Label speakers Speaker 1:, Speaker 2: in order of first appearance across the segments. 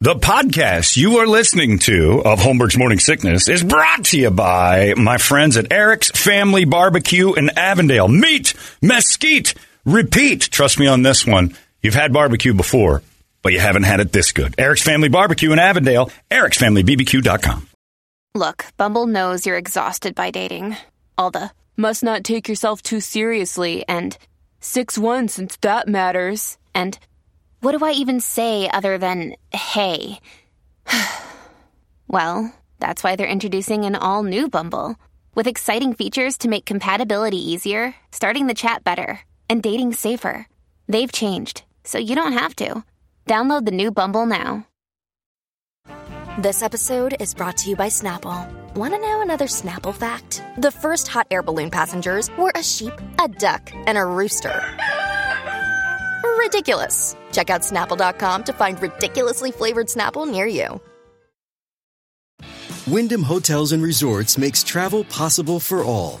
Speaker 1: The podcast you are listening to of Holmberg's Morning Sickness is brought to you by my friends at Eric's Family Barbecue in Avondale. Meet, mesquite, repeat. Trust me on this one. You've had barbecue before, but you haven't had it this good. Eric's Family Barbecue in Avondale, ericsfamilybbq.com.
Speaker 2: Look, Bumble knows you're exhausted by dating. All the must not take yourself too seriously and 6 1 since that matters. And what do I even say other than hey? well, that's why they're introducing an all new Bumble with exciting features to make compatibility easier, starting the chat better, and dating safer. They've changed, so you don't have to. Download the new Bumble now.
Speaker 3: This episode is brought to you by Snapple. Want to know another Snapple fact? The first hot air balloon passengers were a sheep, a duck, and a rooster. Ridiculous. Check out snapple.com to find ridiculously flavored Snapple near you.
Speaker 4: Wyndham Hotels and Resorts makes travel possible for all.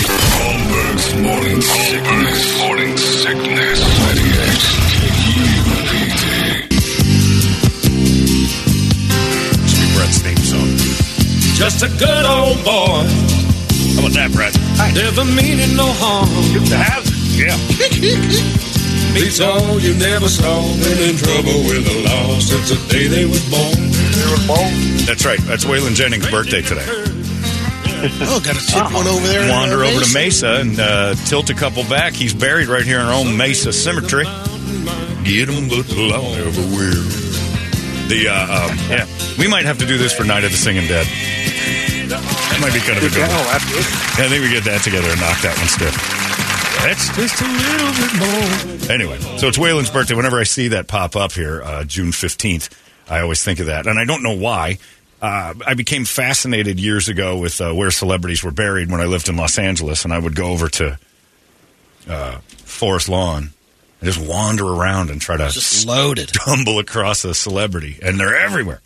Speaker 5: Holmberg's morning sickness. Morning sickness.
Speaker 6: Should be Brett's theme song.
Speaker 7: Just a good old boy,
Speaker 6: How about that, Brett?
Speaker 7: never meaning no harm.
Speaker 6: Good to have it. Yeah.
Speaker 7: Beats all you never saw. Been in trouble with the law since the day they was born.
Speaker 1: That's right. That's Waylon Jennings' birthday today.
Speaker 8: Oh, got a tip one over there.
Speaker 1: Wander
Speaker 8: Uh,
Speaker 1: over to
Speaker 8: Mason.
Speaker 1: Mesa and uh, tilt a couple back. He's buried right here in our own Mesa Cemetery. Get him with the law everywhere. The uh, um, yeah, we might have to do this for Night of the Singing Dead. That might be kind of a good one. I think we get that together and knock that one stiff. That's just a little bit more. Anyway, so it's Waylon's birthday. Whenever I see that pop up here, uh, June 15th, I always think of that. And I don't know why. Uh, I became fascinated years ago with uh, where celebrities were buried when I lived in Los Angeles. And I would go over to uh, Forest Lawn and just wander around and try to
Speaker 8: Just loaded.
Speaker 1: stumble across a celebrity. And they're everywhere.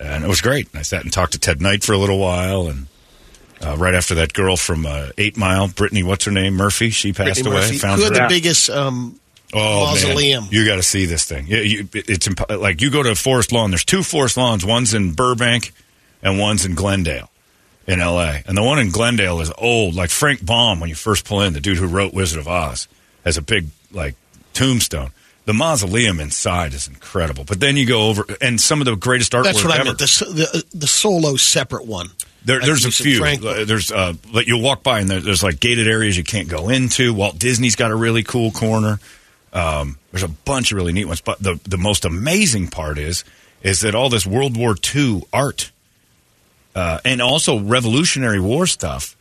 Speaker 1: And it was great. And I sat and talked to Ted Knight for a little while. And uh, right after that girl from uh, Eight Mile, Brittany, what's her name? Murphy, she passed
Speaker 8: Brittany
Speaker 1: away.
Speaker 8: Murphy,
Speaker 1: Found
Speaker 8: who
Speaker 1: her.
Speaker 8: had the biggest um,
Speaker 1: Oh,
Speaker 8: mausoleum.
Speaker 1: Man. You got to see this thing. Yeah, you, it's imp- like you go to Forest Lawn. There's two Forest Lawns. One's in Burbank, and one's in Glendale, in L.A. And the one in Glendale is old, like Frank Baum. When you first pull in, the dude who wrote Wizard of Oz has a big like tombstone. The mausoleum inside is incredible. But then you go over, and some of the greatest artwork
Speaker 8: That's what
Speaker 1: ever.
Speaker 8: I meant. The, s- the, the solo separate one.
Speaker 1: There,
Speaker 8: Like
Speaker 1: there's a
Speaker 8: Lisa
Speaker 1: few.
Speaker 8: Franklin.
Speaker 1: Uh, There's, uh, but you'll walk by and there, there's like gated areas you can't go into. Walt Disney's got a really cool corner. Um, there's a bunch of really neat ones. But the the most amazing part is is that all this World War II art uh, and also Revolutionary War stuff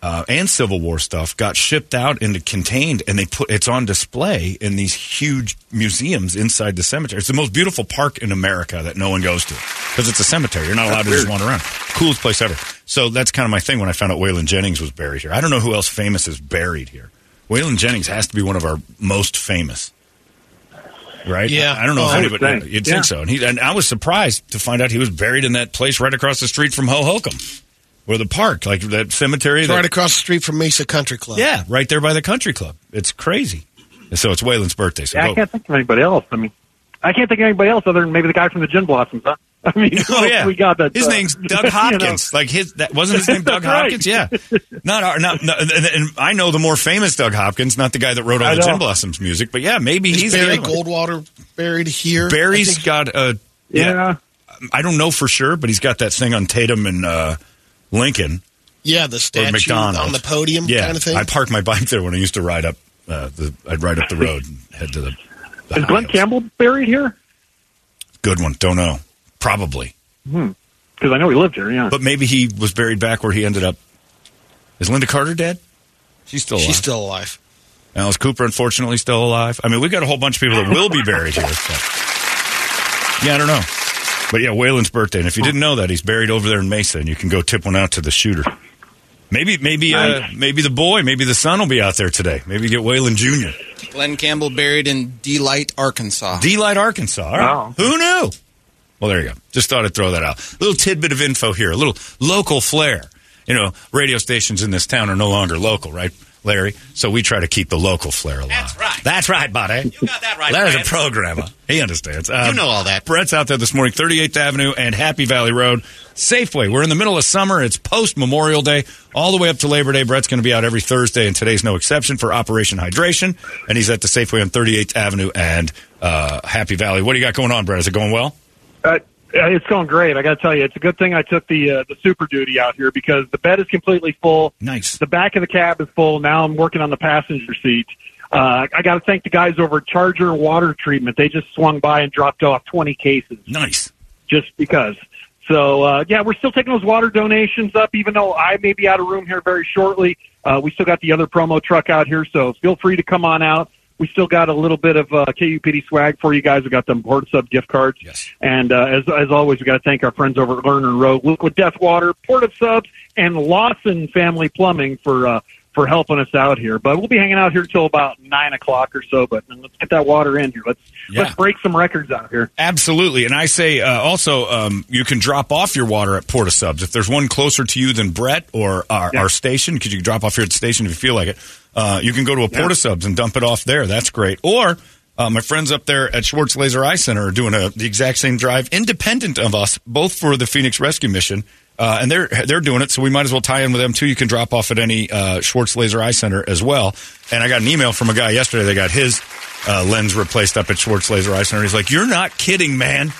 Speaker 1: uh, and Civil War stuff got shipped out into contained, and they put it's on display in these huge museums inside the cemetery. It's the most beautiful park in America that no one goes to because it's a cemetery. You're not allowed to just wander around. Coolest place ever. So that's kind of my thing when I found out Waylon Jennings was buried here. I don't know who else famous is buried here. Waylon Jennings has to be one of our most famous. Right?
Speaker 8: Yeah.
Speaker 1: I, I don't know
Speaker 8: Oh,
Speaker 1: if
Speaker 8: I would
Speaker 1: anybody. You'd think so. And, he, and I was surprised to find out he was buried in that place right across the street from Ho Holcomb, or the park, like that cemetery. that-
Speaker 8: Right across the street from Mesa Country Club.
Speaker 1: yeah, right there by the country club. It's crazy. And so it's Waylon's birthday. So
Speaker 9: Yeah, I
Speaker 1: go.
Speaker 9: can't think of anybody else. I mean, I can't think of anybody else other than maybe the guy from the Gin Blossoms. Huh? I mean, who
Speaker 1: Oh
Speaker 9: else
Speaker 1: yeah,
Speaker 9: we got that.
Speaker 1: His
Speaker 9: uh,
Speaker 1: name's
Speaker 9: you
Speaker 1: Doug
Speaker 9: know?
Speaker 1: Hopkins. Like his that wasn't his name Doug
Speaker 9: That's right.
Speaker 1: Hopkins. Yeah, not our not, not- and, and I know the more famous Doug Hopkins, not the guy that wrote all
Speaker 9: I
Speaker 1: the
Speaker 9: know.
Speaker 1: Gin Blossoms music. But yeah, maybe
Speaker 8: Is
Speaker 1: he's the
Speaker 8: Barry
Speaker 1: other one.
Speaker 8: Goldwater buried here?
Speaker 1: Barry's
Speaker 8: I think-
Speaker 1: got a
Speaker 9: Yeah.
Speaker 1: I don't know for sure, but he's got that thing on Tatum and uh, Lincoln.
Speaker 8: yeah, the
Speaker 1: or
Speaker 8: statue
Speaker 1: McDonald's.
Speaker 8: on the podium
Speaker 1: yeah.
Speaker 8: kind of thing.
Speaker 1: I parked my bike there when I used to ride up. Uh, the, I'd ride up the road and head to the. the
Speaker 9: Is
Speaker 1: high
Speaker 9: Glenn
Speaker 1: hills.
Speaker 9: Campbell buried here?
Speaker 1: Good one. Don't know. Probably,
Speaker 9: Because I know he lived here. Yeah.
Speaker 1: but maybe he was buried back where he ended up. Is Linda Carter dead? She's still alive.
Speaker 8: She's still alive.
Speaker 1: Alice Cooper, unfortunately, still alive. I mean, we got a whole bunch of people that will be buried here. so. Yeah, I don't know. But yeah, Waylon's birthday, and if you didn't know that, he's buried over there in Mesa, and you can go tip one out to the shooter. Maybe, maybe, uh, maybe the boy, maybe the son will be out there today. Maybe get Waylon Jr.
Speaker 10: Glenn Campbell buried in Delight, Arkansas.
Speaker 1: Delight, Arkansas. All right.
Speaker 10: Wow.
Speaker 1: Who knew? Well, there you go. Just thought I'd throw that out. little tidbit of info here, a little local flair. You know, radio stations in this town are no longer local, right, Larry? So we try to keep the local flair alive. That's right. That's right, buddy. You got that right. Larry's a programmer. He understands. you know all that. Brett's out there this morning, 38th Avenue and Happy Valley Road. Safeway. We're in the middle of summer. It's post Memorial Day, all the way up to Labor Day. Brett's going to be out every Thursday, and today's no exception for Operation Hydration. And he's at the Safeway on 38th Avenue and uh, Happy Valley. What do you got going on, Brett? Is it going well?
Speaker 9: Uh, it's going great. I got to tell you, it's a good thing I took the uh, the Super Duty out here because the bed is completely full.
Speaker 1: Nice.
Speaker 9: The back of the cab is full. Now I'm working on the passenger seat. Uh, I got to thank the guys over at Charger Water Treatment. They just swung by and dropped off 20 cases.
Speaker 1: Nice.
Speaker 9: Just because. So uh, yeah, we're still taking those water donations up, even though I may be out of room here very shortly. Uh, we still got the other promo truck out here, so feel free to come on out. We still got a little bit of uh, KUPD swag for you guys. We got them board sub gift cards, yes. and uh, as as always, we got to thank our friends over at Lerner Road, Liquid Death Water, Port of Subs, and Lawson Family Plumbing for uh, for helping us out here. But we'll be hanging out here till about nine o'clock or so. But let's get that water in here. Let's let's break some records out here.
Speaker 1: Absolutely. And I say uh, also, um, you can drop off your water at Porta Subs. If there's one closer to you than Brett or our, our station, because you can drop off here at the station if you feel like it, uh, you can go to a Porta Subs and dump it off there. That's great. Or uh, my friends up there at Schwartz Laser Eye Center are doing a, the exact same drive, independent of us, both for the Phoenix Rescue Mission. Uh, and they're they're doing it, so we might as well tie in with them too. You can drop off at any uh, Schwartz Laser Eye Center as well. And I got an email from a guy yesterday. They got his uh, lens replaced up at Schwartz Laser Eye Center. He's like, "You're not kidding, man.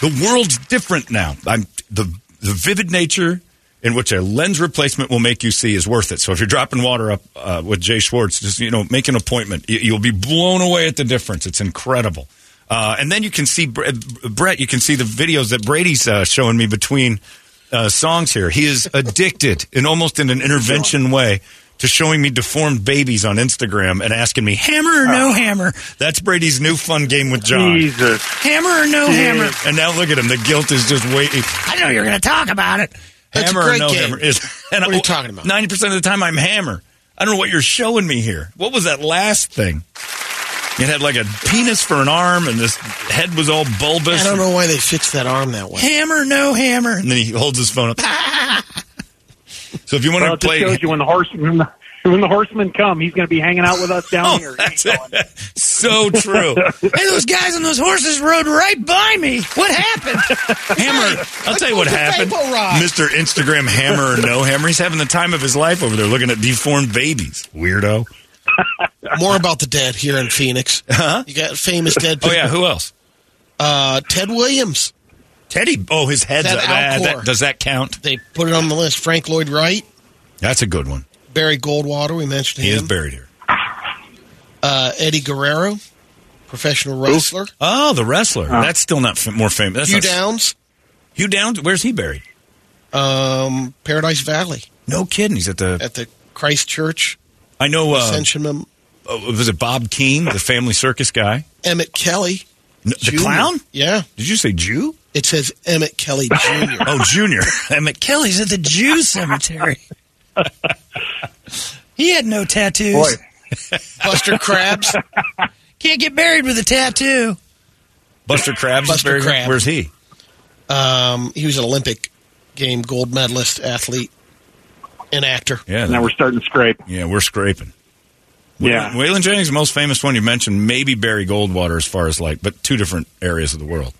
Speaker 1: The world's different now. I'm the the vivid nature in which a lens replacement will make you see is worth it. So if you're dropping water up uh, with Jay Schwartz, just you know, make an appointment. You, you'll be blown away at the difference. It's incredible. Uh, and then you can see Bre- uh, Brett. You can see the videos that Brady's uh, showing me between uh, songs here. He is addicted, in almost in an intervention way, to showing me deformed babies on Instagram and asking me hammer or no hammer. That's Brady's new fun game with John.
Speaker 11: Jesus.
Speaker 1: hammer or no hammer? And now look at him. The guilt is just waiting. I know you're going to talk about it.
Speaker 6: That's a
Speaker 1: hammer
Speaker 6: great
Speaker 1: or no
Speaker 6: game.
Speaker 1: hammer is. And what are you talking about? Ninety percent of the time, I'm hammer. I don't know what you're showing me here. What was that last thing? It had like a penis for an arm, and this head was all bulbous.
Speaker 8: I don't know why they fixed that arm that way.
Speaker 1: Hammer, no hammer. And then he holds his phone up. so if you want
Speaker 9: well, it
Speaker 1: to
Speaker 9: just
Speaker 1: play,
Speaker 9: shows you when the horse when the, when the horsemen come, he's going to be hanging out with us down
Speaker 1: Oh,
Speaker 9: here.
Speaker 1: that's it. so true.
Speaker 11: Hey, those guys on those horses rode right by me. What happened?
Speaker 1: Hammer. I'll tell you what happened.
Speaker 11: Vapor rock.
Speaker 1: Mr. Instagram Hammer or No Hammer. He's having the time of his life over there looking at deformed babies. Weirdo.
Speaker 8: More about the dead here in Phoenix. Huh? You got famous dead
Speaker 1: Oh,
Speaker 8: people.
Speaker 1: yeah. Who else?
Speaker 8: Uh, Ted Williams.
Speaker 1: Teddy. Oh, his head's
Speaker 8: Ted
Speaker 1: up. Ah,
Speaker 8: Alcor.
Speaker 1: that- does that count?
Speaker 8: They put it on the list. Frank Lloyd Wright,
Speaker 1: That's a good one.
Speaker 8: Barry Goldwater. We mentioned
Speaker 1: He
Speaker 8: him.
Speaker 1: is buried here.
Speaker 8: uh, Eddie Guerrero, professional wrestler.
Speaker 1: Oh, the wrestler. That's still not f- more famous. That's
Speaker 8: Hugh
Speaker 1: not-
Speaker 8: Downs,
Speaker 1: Hugh Downs. Where's he buried?
Speaker 8: um, Paradise Valley
Speaker 1: No kidding. He's at the.
Speaker 8: at the Christ Church
Speaker 1: I know. Uh,
Speaker 8: Ascension. Mem-
Speaker 1: uh, was it Bob Keane, the family circus guy?
Speaker 8: Emmett Kelly,
Speaker 1: N- the
Speaker 8: Junior.
Speaker 1: clown?
Speaker 8: Yeah,
Speaker 1: Did you say Jew?
Speaker 8: it says Emmett Kelly Jr.
Speaker 1: Oh, Junior. Emmett Kelly.
Speaker 11: Kelly's at the Jew cemetery. he had no tattoos.
Speaker 8: Buster Krabs.
Speaker 11: Can't get buried with a tattoo.
Speaker 1: Buster Krabs. is
Speaker 8: Buster
Speaker 1: buried here?
Speaker 8: Krabs.
Speaker 1: Where's he?
Speaker 8: Um, he was an Olympic game gold medalist, athlete, and actor.
Speaker 1: Yeah.
Speaker 9: Now we're starting to scrape.
Speaker 1: yeah, we're scraping.
Speaker 9: Yeah.
Speaker 1: Waylon Jennings, the most famous one you mentioned, maybe Barry Goldwater as far as like, but two different areas of the world.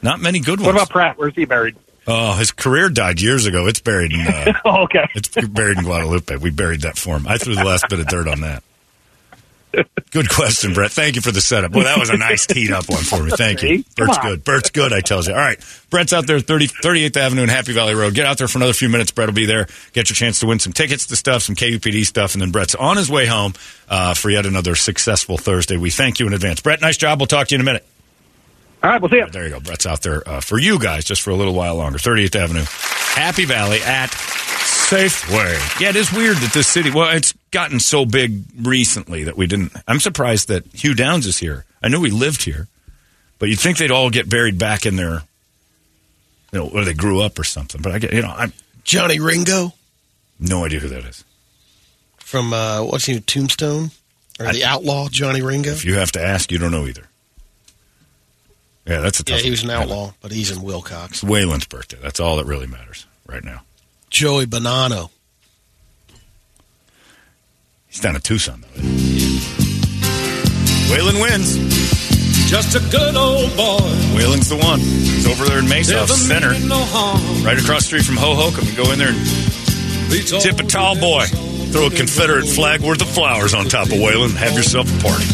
Speaker 1: Not many good
Speaker 9: What
Speaker 1: ones.
Speaker 9: about Pratt? Where's he buried?
Speaker 1: oh, his career died years ago. It's buried in uh,
Speaker 9: Oh, okay.
Speaker 1: it's buried in Guadalupe. We buried that for him. I threw the last bit of dirt on that. Good question, Brett. Thank you for the setup. Well, that was a nice teed up one for me. Thank you.
Speaker 9: See? Come
Speaker 1: Bert's
Speaker 9: on.
Speaker 1: good. Bert's good, I tells you. All right. Brett's out there, at 30, 38th Avenue and Happy Valley Road. Get out there for another few minutes. Brett will be there. Get your chance to win some tickets to stuff, some KUPD stuff. And then Brett's on his way home uh, for yet another successful Thursday. We thank you in advance. Brett, nice job. We'll talk to you in a minute.
Speaker 9: All right, we'll see you.
Speaker 1: There you go. Brett's out there uh, for you guys just for a little while longer. 38th Avenue, Happy Valley at Safeway. Yeah, it is weird that this city, well, it's gotten so big recently that we didn't. I'm surprised that Hugh Downs is here. I knew he lived here, But you'd think they'd all get buried back in their, you know, where they grew up or something. But I get, you know, I'm
Speaker 8: Johnny Ringo
Speaker 1: no idea who that is.
Speaker 8: from uh, what's he Tombstone or the Outlaw Johnny Ringo.
Speaker 1: If you have to ask, you don't know either. Yeah, that's a tough.
Speaker 8: Yeah, he was an
Speaker 1: one.
Speaker 8: outlaw, but he's in Wilcox.
Speaker 1: It's Waylon's birthday. That's all that really matters right now.
Speaker 8: Joey Bonanno.
Speaker 1: He's down in Tucson though. Waylon wins.
Speaker 7: Just a good old boy.
Speaker 1: Waylon's the one. He's over there in Mesa, off
Speaker 7: Never
Speaker 1: center,
Speaker 7: meaning no harm.
Speaker 1: right across the street from Ho Hokum. You go in there and tip a tall boy, throw a Confederate flag worth of flowers on top of Waylon, and have yourself a party.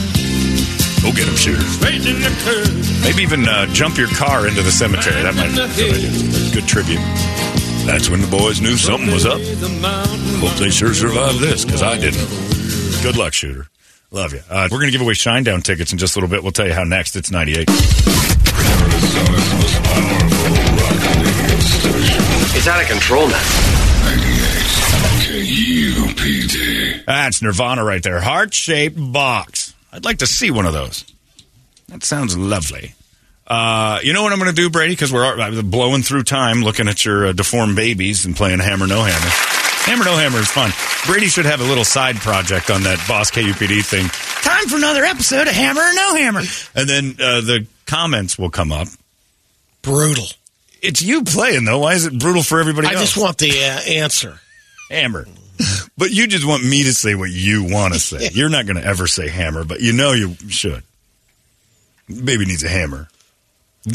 Speaker 1: Go get him, shooter.
Speaker 7: Straight in the curve.
Speaker 1: Maybe even uh, jump your car into the cemetery. That might be a good, idea. good tribute. That's when the boys knew something was up.
Speaker 7: The mountain.
Speaker 1: Hope they sure survived this, because I didn't. Good luck, shooter. Love you. Uh, we're going to give away Shinedown tickets in just a little bit. We'll tell you how next. It's 98.
Speaker 12: It's out of control now.
Speaker 5: KUPD.
Speaker 1: That's Nirvana right there. Heart shaped box. I'd like to see one of those. That sounds lovely. Uh, you know what I'm going to do, Brady? Because we're uh, blowing through time looking at your uh, deformed babies and playing Hammer No Hammer. Hammer No Hammer is fun. Brady should have a little side project on that Boss KUPD thing. Time for another episode of Hammer or No Hammer. And then uh, the comments will come up.
Speaker 8: Brutal.
Speaker 1: It's you playing, though. Why is it brutal for everybody
Speaker 8: I
Speaker 1: else?
Speaker 8: just want the uh, answer.
Speaker 1: hammer. But you just want me to say what you want to say. You're not going to ever say hammer, but you know you should. Baby needs a hammer.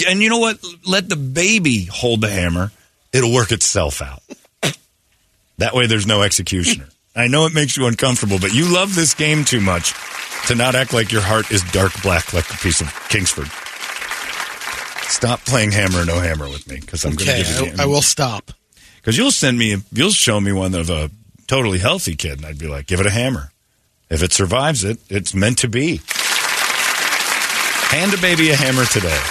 Speaker 1: And you know what? Let the baby hold the hammer. It'll work itself out. That way there's no executioner. I know it makes you uncomfortable, but you love this game too much to not act like your heart is dark black like a piece of Kingsford. Stop playing hammer no hammer with me because I'm
Speaker 8: Okay,
Speaker 1: going to give you
Speaker 8: I, I will stop.
Speaker 1: because you'll send me, you'll show me one of a totally healthy kid, and I'd be like, give it a hammer. If it survives it, it's meant to be. Hand a baby a hammer today.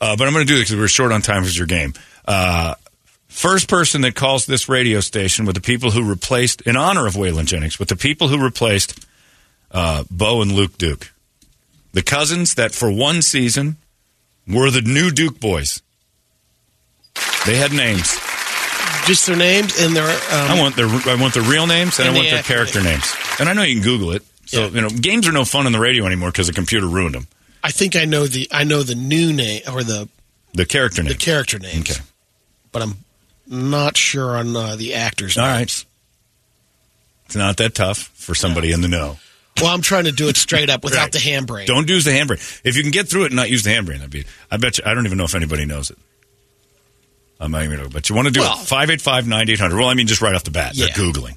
Speaker 1: uh, but I'm going to do this because we're short on time because your game. Uh, first person that calls this radio station with the people who replaced, in honor of Waylon Jennings, with the people who replaced uh, Bo and Luke Duke, the cousins that for one season were the new Duke boys. They had names.
Speaker 8: Just their names and their. Um,
Speaker 1: I want their I want their real names and,
Speaker 8: And
Speaker 1: I want
Speaker 8: the
Speaker 1: their
Speaker 8: acronym.
Speaker 1: character names. And I know you can Google it. So you know, games are no fun on the radio anymore because the computer ruined them.
Speaker 8: I think I know the. I know the new name or the
Speaker 1: The character
Speaker 8: the
Speaker 1: names.
Speaker 8: character names,
Speaker 1: Okay.
Speaker 8: but I'm not sure on uh, the actors.
Speaker 1: All right. It's not that tough for somebody in the know.
Speaker 8: Well, I'm trying to do it straight up without the handbrake.
Speaker 1: Don't use the handbrake. If you can get through it and not use the handbrake, that'd be. I bet you. I don't even know if anybody knows it. I'm not even gonna- But you want to do
Speaker 8: Well-
Speaker 1: it 585 9800. Well, I mean, just right off the bat.
Speaker 8: Yeah.
Speaker 1: They're Googling.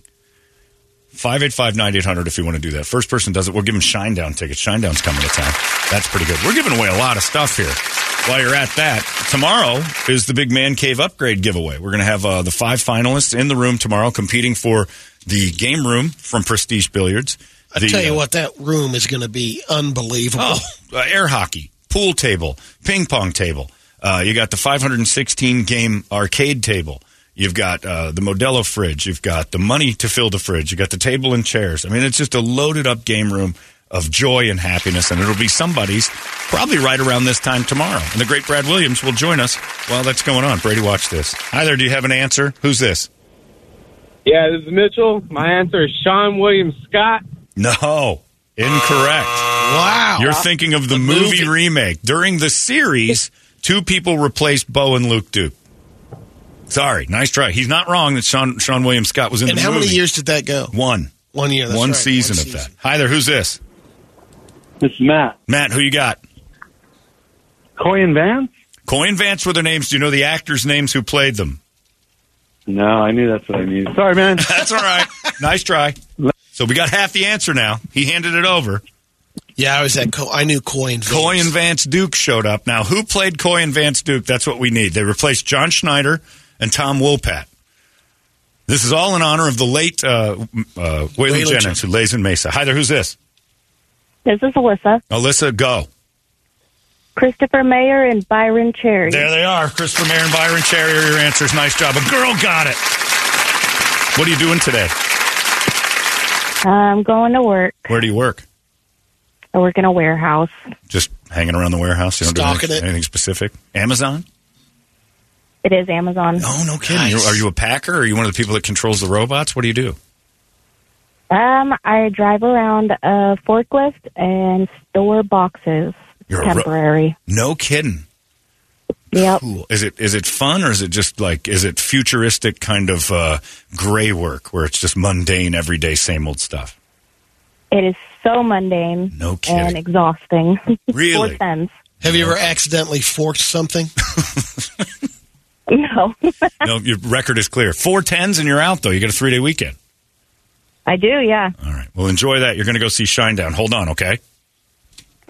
Speaker 1: 585 9800 if you want to do that. First person does it, we'll give them Shinedown tickets. Shinedown's coming to town. That's pretty good. We're giving away a lot of stuff here. While you're at that, tomorrow is the Big Man Cave upgrade giveaway. We're going to have uh, the five finalists in the room tomorrow competing for the game room from Prestige Billiards.
Speaker 8: I
Speaker 1: The,
Speaker 8: tell you
Speaker 1: uh,
Speaker 8: what, that room is going to be unbelievable.
Speaker 1: Oh, uh, air hockey, pool table, ping pong table. Uh, you got the 516 game arcade table. You've got uh, the Modelo fridge. You've got the money to fill the fridge. You got the table and chairs. I mean, it's just a loaded up game room of joy and happiness, and it'll be somebody's probably right around this time tomorrow. And the great Brad Williams will join us while that's going on. Brady, watch this. Hi there. Do you have an answer? Who's this?
Speaker 13: Yeah, this is Mitchell. My answer is Sean William Scott.
Speaker 1: No, incorrect.
Speaker 8: Wow.
Speaker 1: Ah, You're thinking of the, movie, remake. During the series, two people replaced Bo and Luke Duke. Sorry, nice try. He's not wrong that Sean Sean William Scott was in
Speaker 8: and
Speaker 1: the
Speaker 8: how
Speaker 1: movie.
Speaker 8: many years did that go?
Speaker 1: One.
Speaker 8: One year. That's
Speaker 1: One
Speaker 8: right,
Speaker 1: season
Speaker 8: one
Speaker 1: of that. Hi there, who's this?
Speaker 13: This is Matt.
Speaker 1: Matt, who you got?
Speaker 13: Coy and Vance?
Speaker 1: Coy and Vance were their names. Do you know the actors' names who played them?
Speaker 13: No, I knew that's what I needed. Sorry, man.
Speaker 1: That's all right. nice try. So we got half the answer now. He handed it over.
Speaker 8: Yeah, I was at. Co- I knew Coy and Vance.
Speaker 1: Coy and Vance Duke showed up. Now, who played Coy and Vance Duke? That's what we need. They replaced John Schneider and Tom Wopat. This is all in honor of the late uh, m- uh, Waylon
Speaker 14: Waylon
Speaker 1: Jennings, who lays in Mesa. Hi there, who's this?
Speaker 14: This is Alyssa.
Speaker 1: Alyssa, go.
Speaker 14: Christopher Mayer and Byron Cherry.
Speaker 1: There they are. Christopher Mayer and Byron Cherry are your answers. Nice job. A girl got it. What are you doing today?
Speaker 14: I'm going to work.
Speaker 1: Where do you work?
Speaker 14: I work in a warehouse.
Speaker 1: Just hanging around the warehouse. You don't
Speaker 14: Stalking
Speaker 1: do
Speaker 14: it.
Speaker 1: anything, anything specific. Amazon.
Speaker 14: It is Amazon.
Speaker 1: Oh no kidding. You're- Are you a packer? Or are you one of the people that controls the robots? What do you do?
Speaker 14: Um, I drive around a forklift and store boxes.
Speaker 1: You're a ro-
Speaker 14: temporary.
Speaker 1: No kidding.
Speaker 14: yep.
Speaker 1: Cool. Is it is it fun or is it just like is it futuristic kind of uh, gray work where it's just mundane, everyday, same old stuff?
Speaker 14: It is so mundane.
Speaker 1: No
Speaker 14: And exhausting.
Speaker 1: Really?
Speaker 14: Four cents.
Speaker 8: Have you ever accidentally forked something?
Speaker 14: No.
Speaker 1: no, your record is clear. Four tens and you're out though. You get a three day weekend.
Speaker 14: I do, yeah.
Speaker 1: Well, enjoy that. You're going to go see Shinedown. Hold on, okay?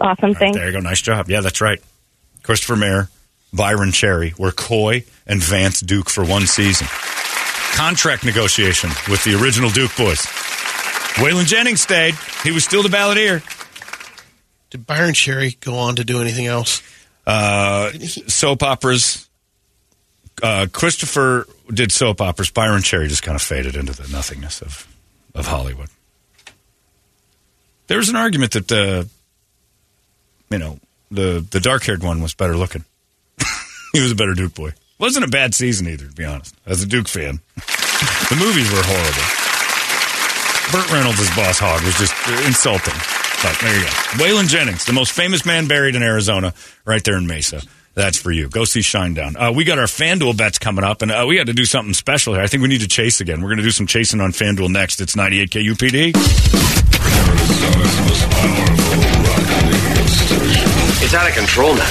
Speaker 14: Awesome. Thanks.
Speaker 1: There you go. Nice job. Yeah, that's right. Christopher Mayer, Byron Cherry were Coy and Vance Duke for one season. Contract negotiation with the original Duke boys. Waylon Jennings stayed. He was still the balladeer.
Speaker 8: Did Byron Cherry go on to do anything else?
Speaker 1: Uh, soap operas. Uh, Christopher did soap operas. Byron Cherry just kind of faded into the nothingness of, of Hollywood. There was an argument that the, you know, the the dark haired one was better looking. he was a better Duke boy. Wasn't a bad season either, to be honest. As a Duke fan, the movies were horrible. Burt Reynolds as Boss Hog was just uh, insulting. But there you go. Waylon Jennings, the most famous man buried in Arizona, right there in Mesa. That's for you. Go see Shinedown. Uh, we got our FanDuel bets coming up, and uh, we got to do something special here. I think we need to chase again. We're going to do some chasing on FanDuel next. It's 98 KUPD.
Speaker 12: It's out of control now.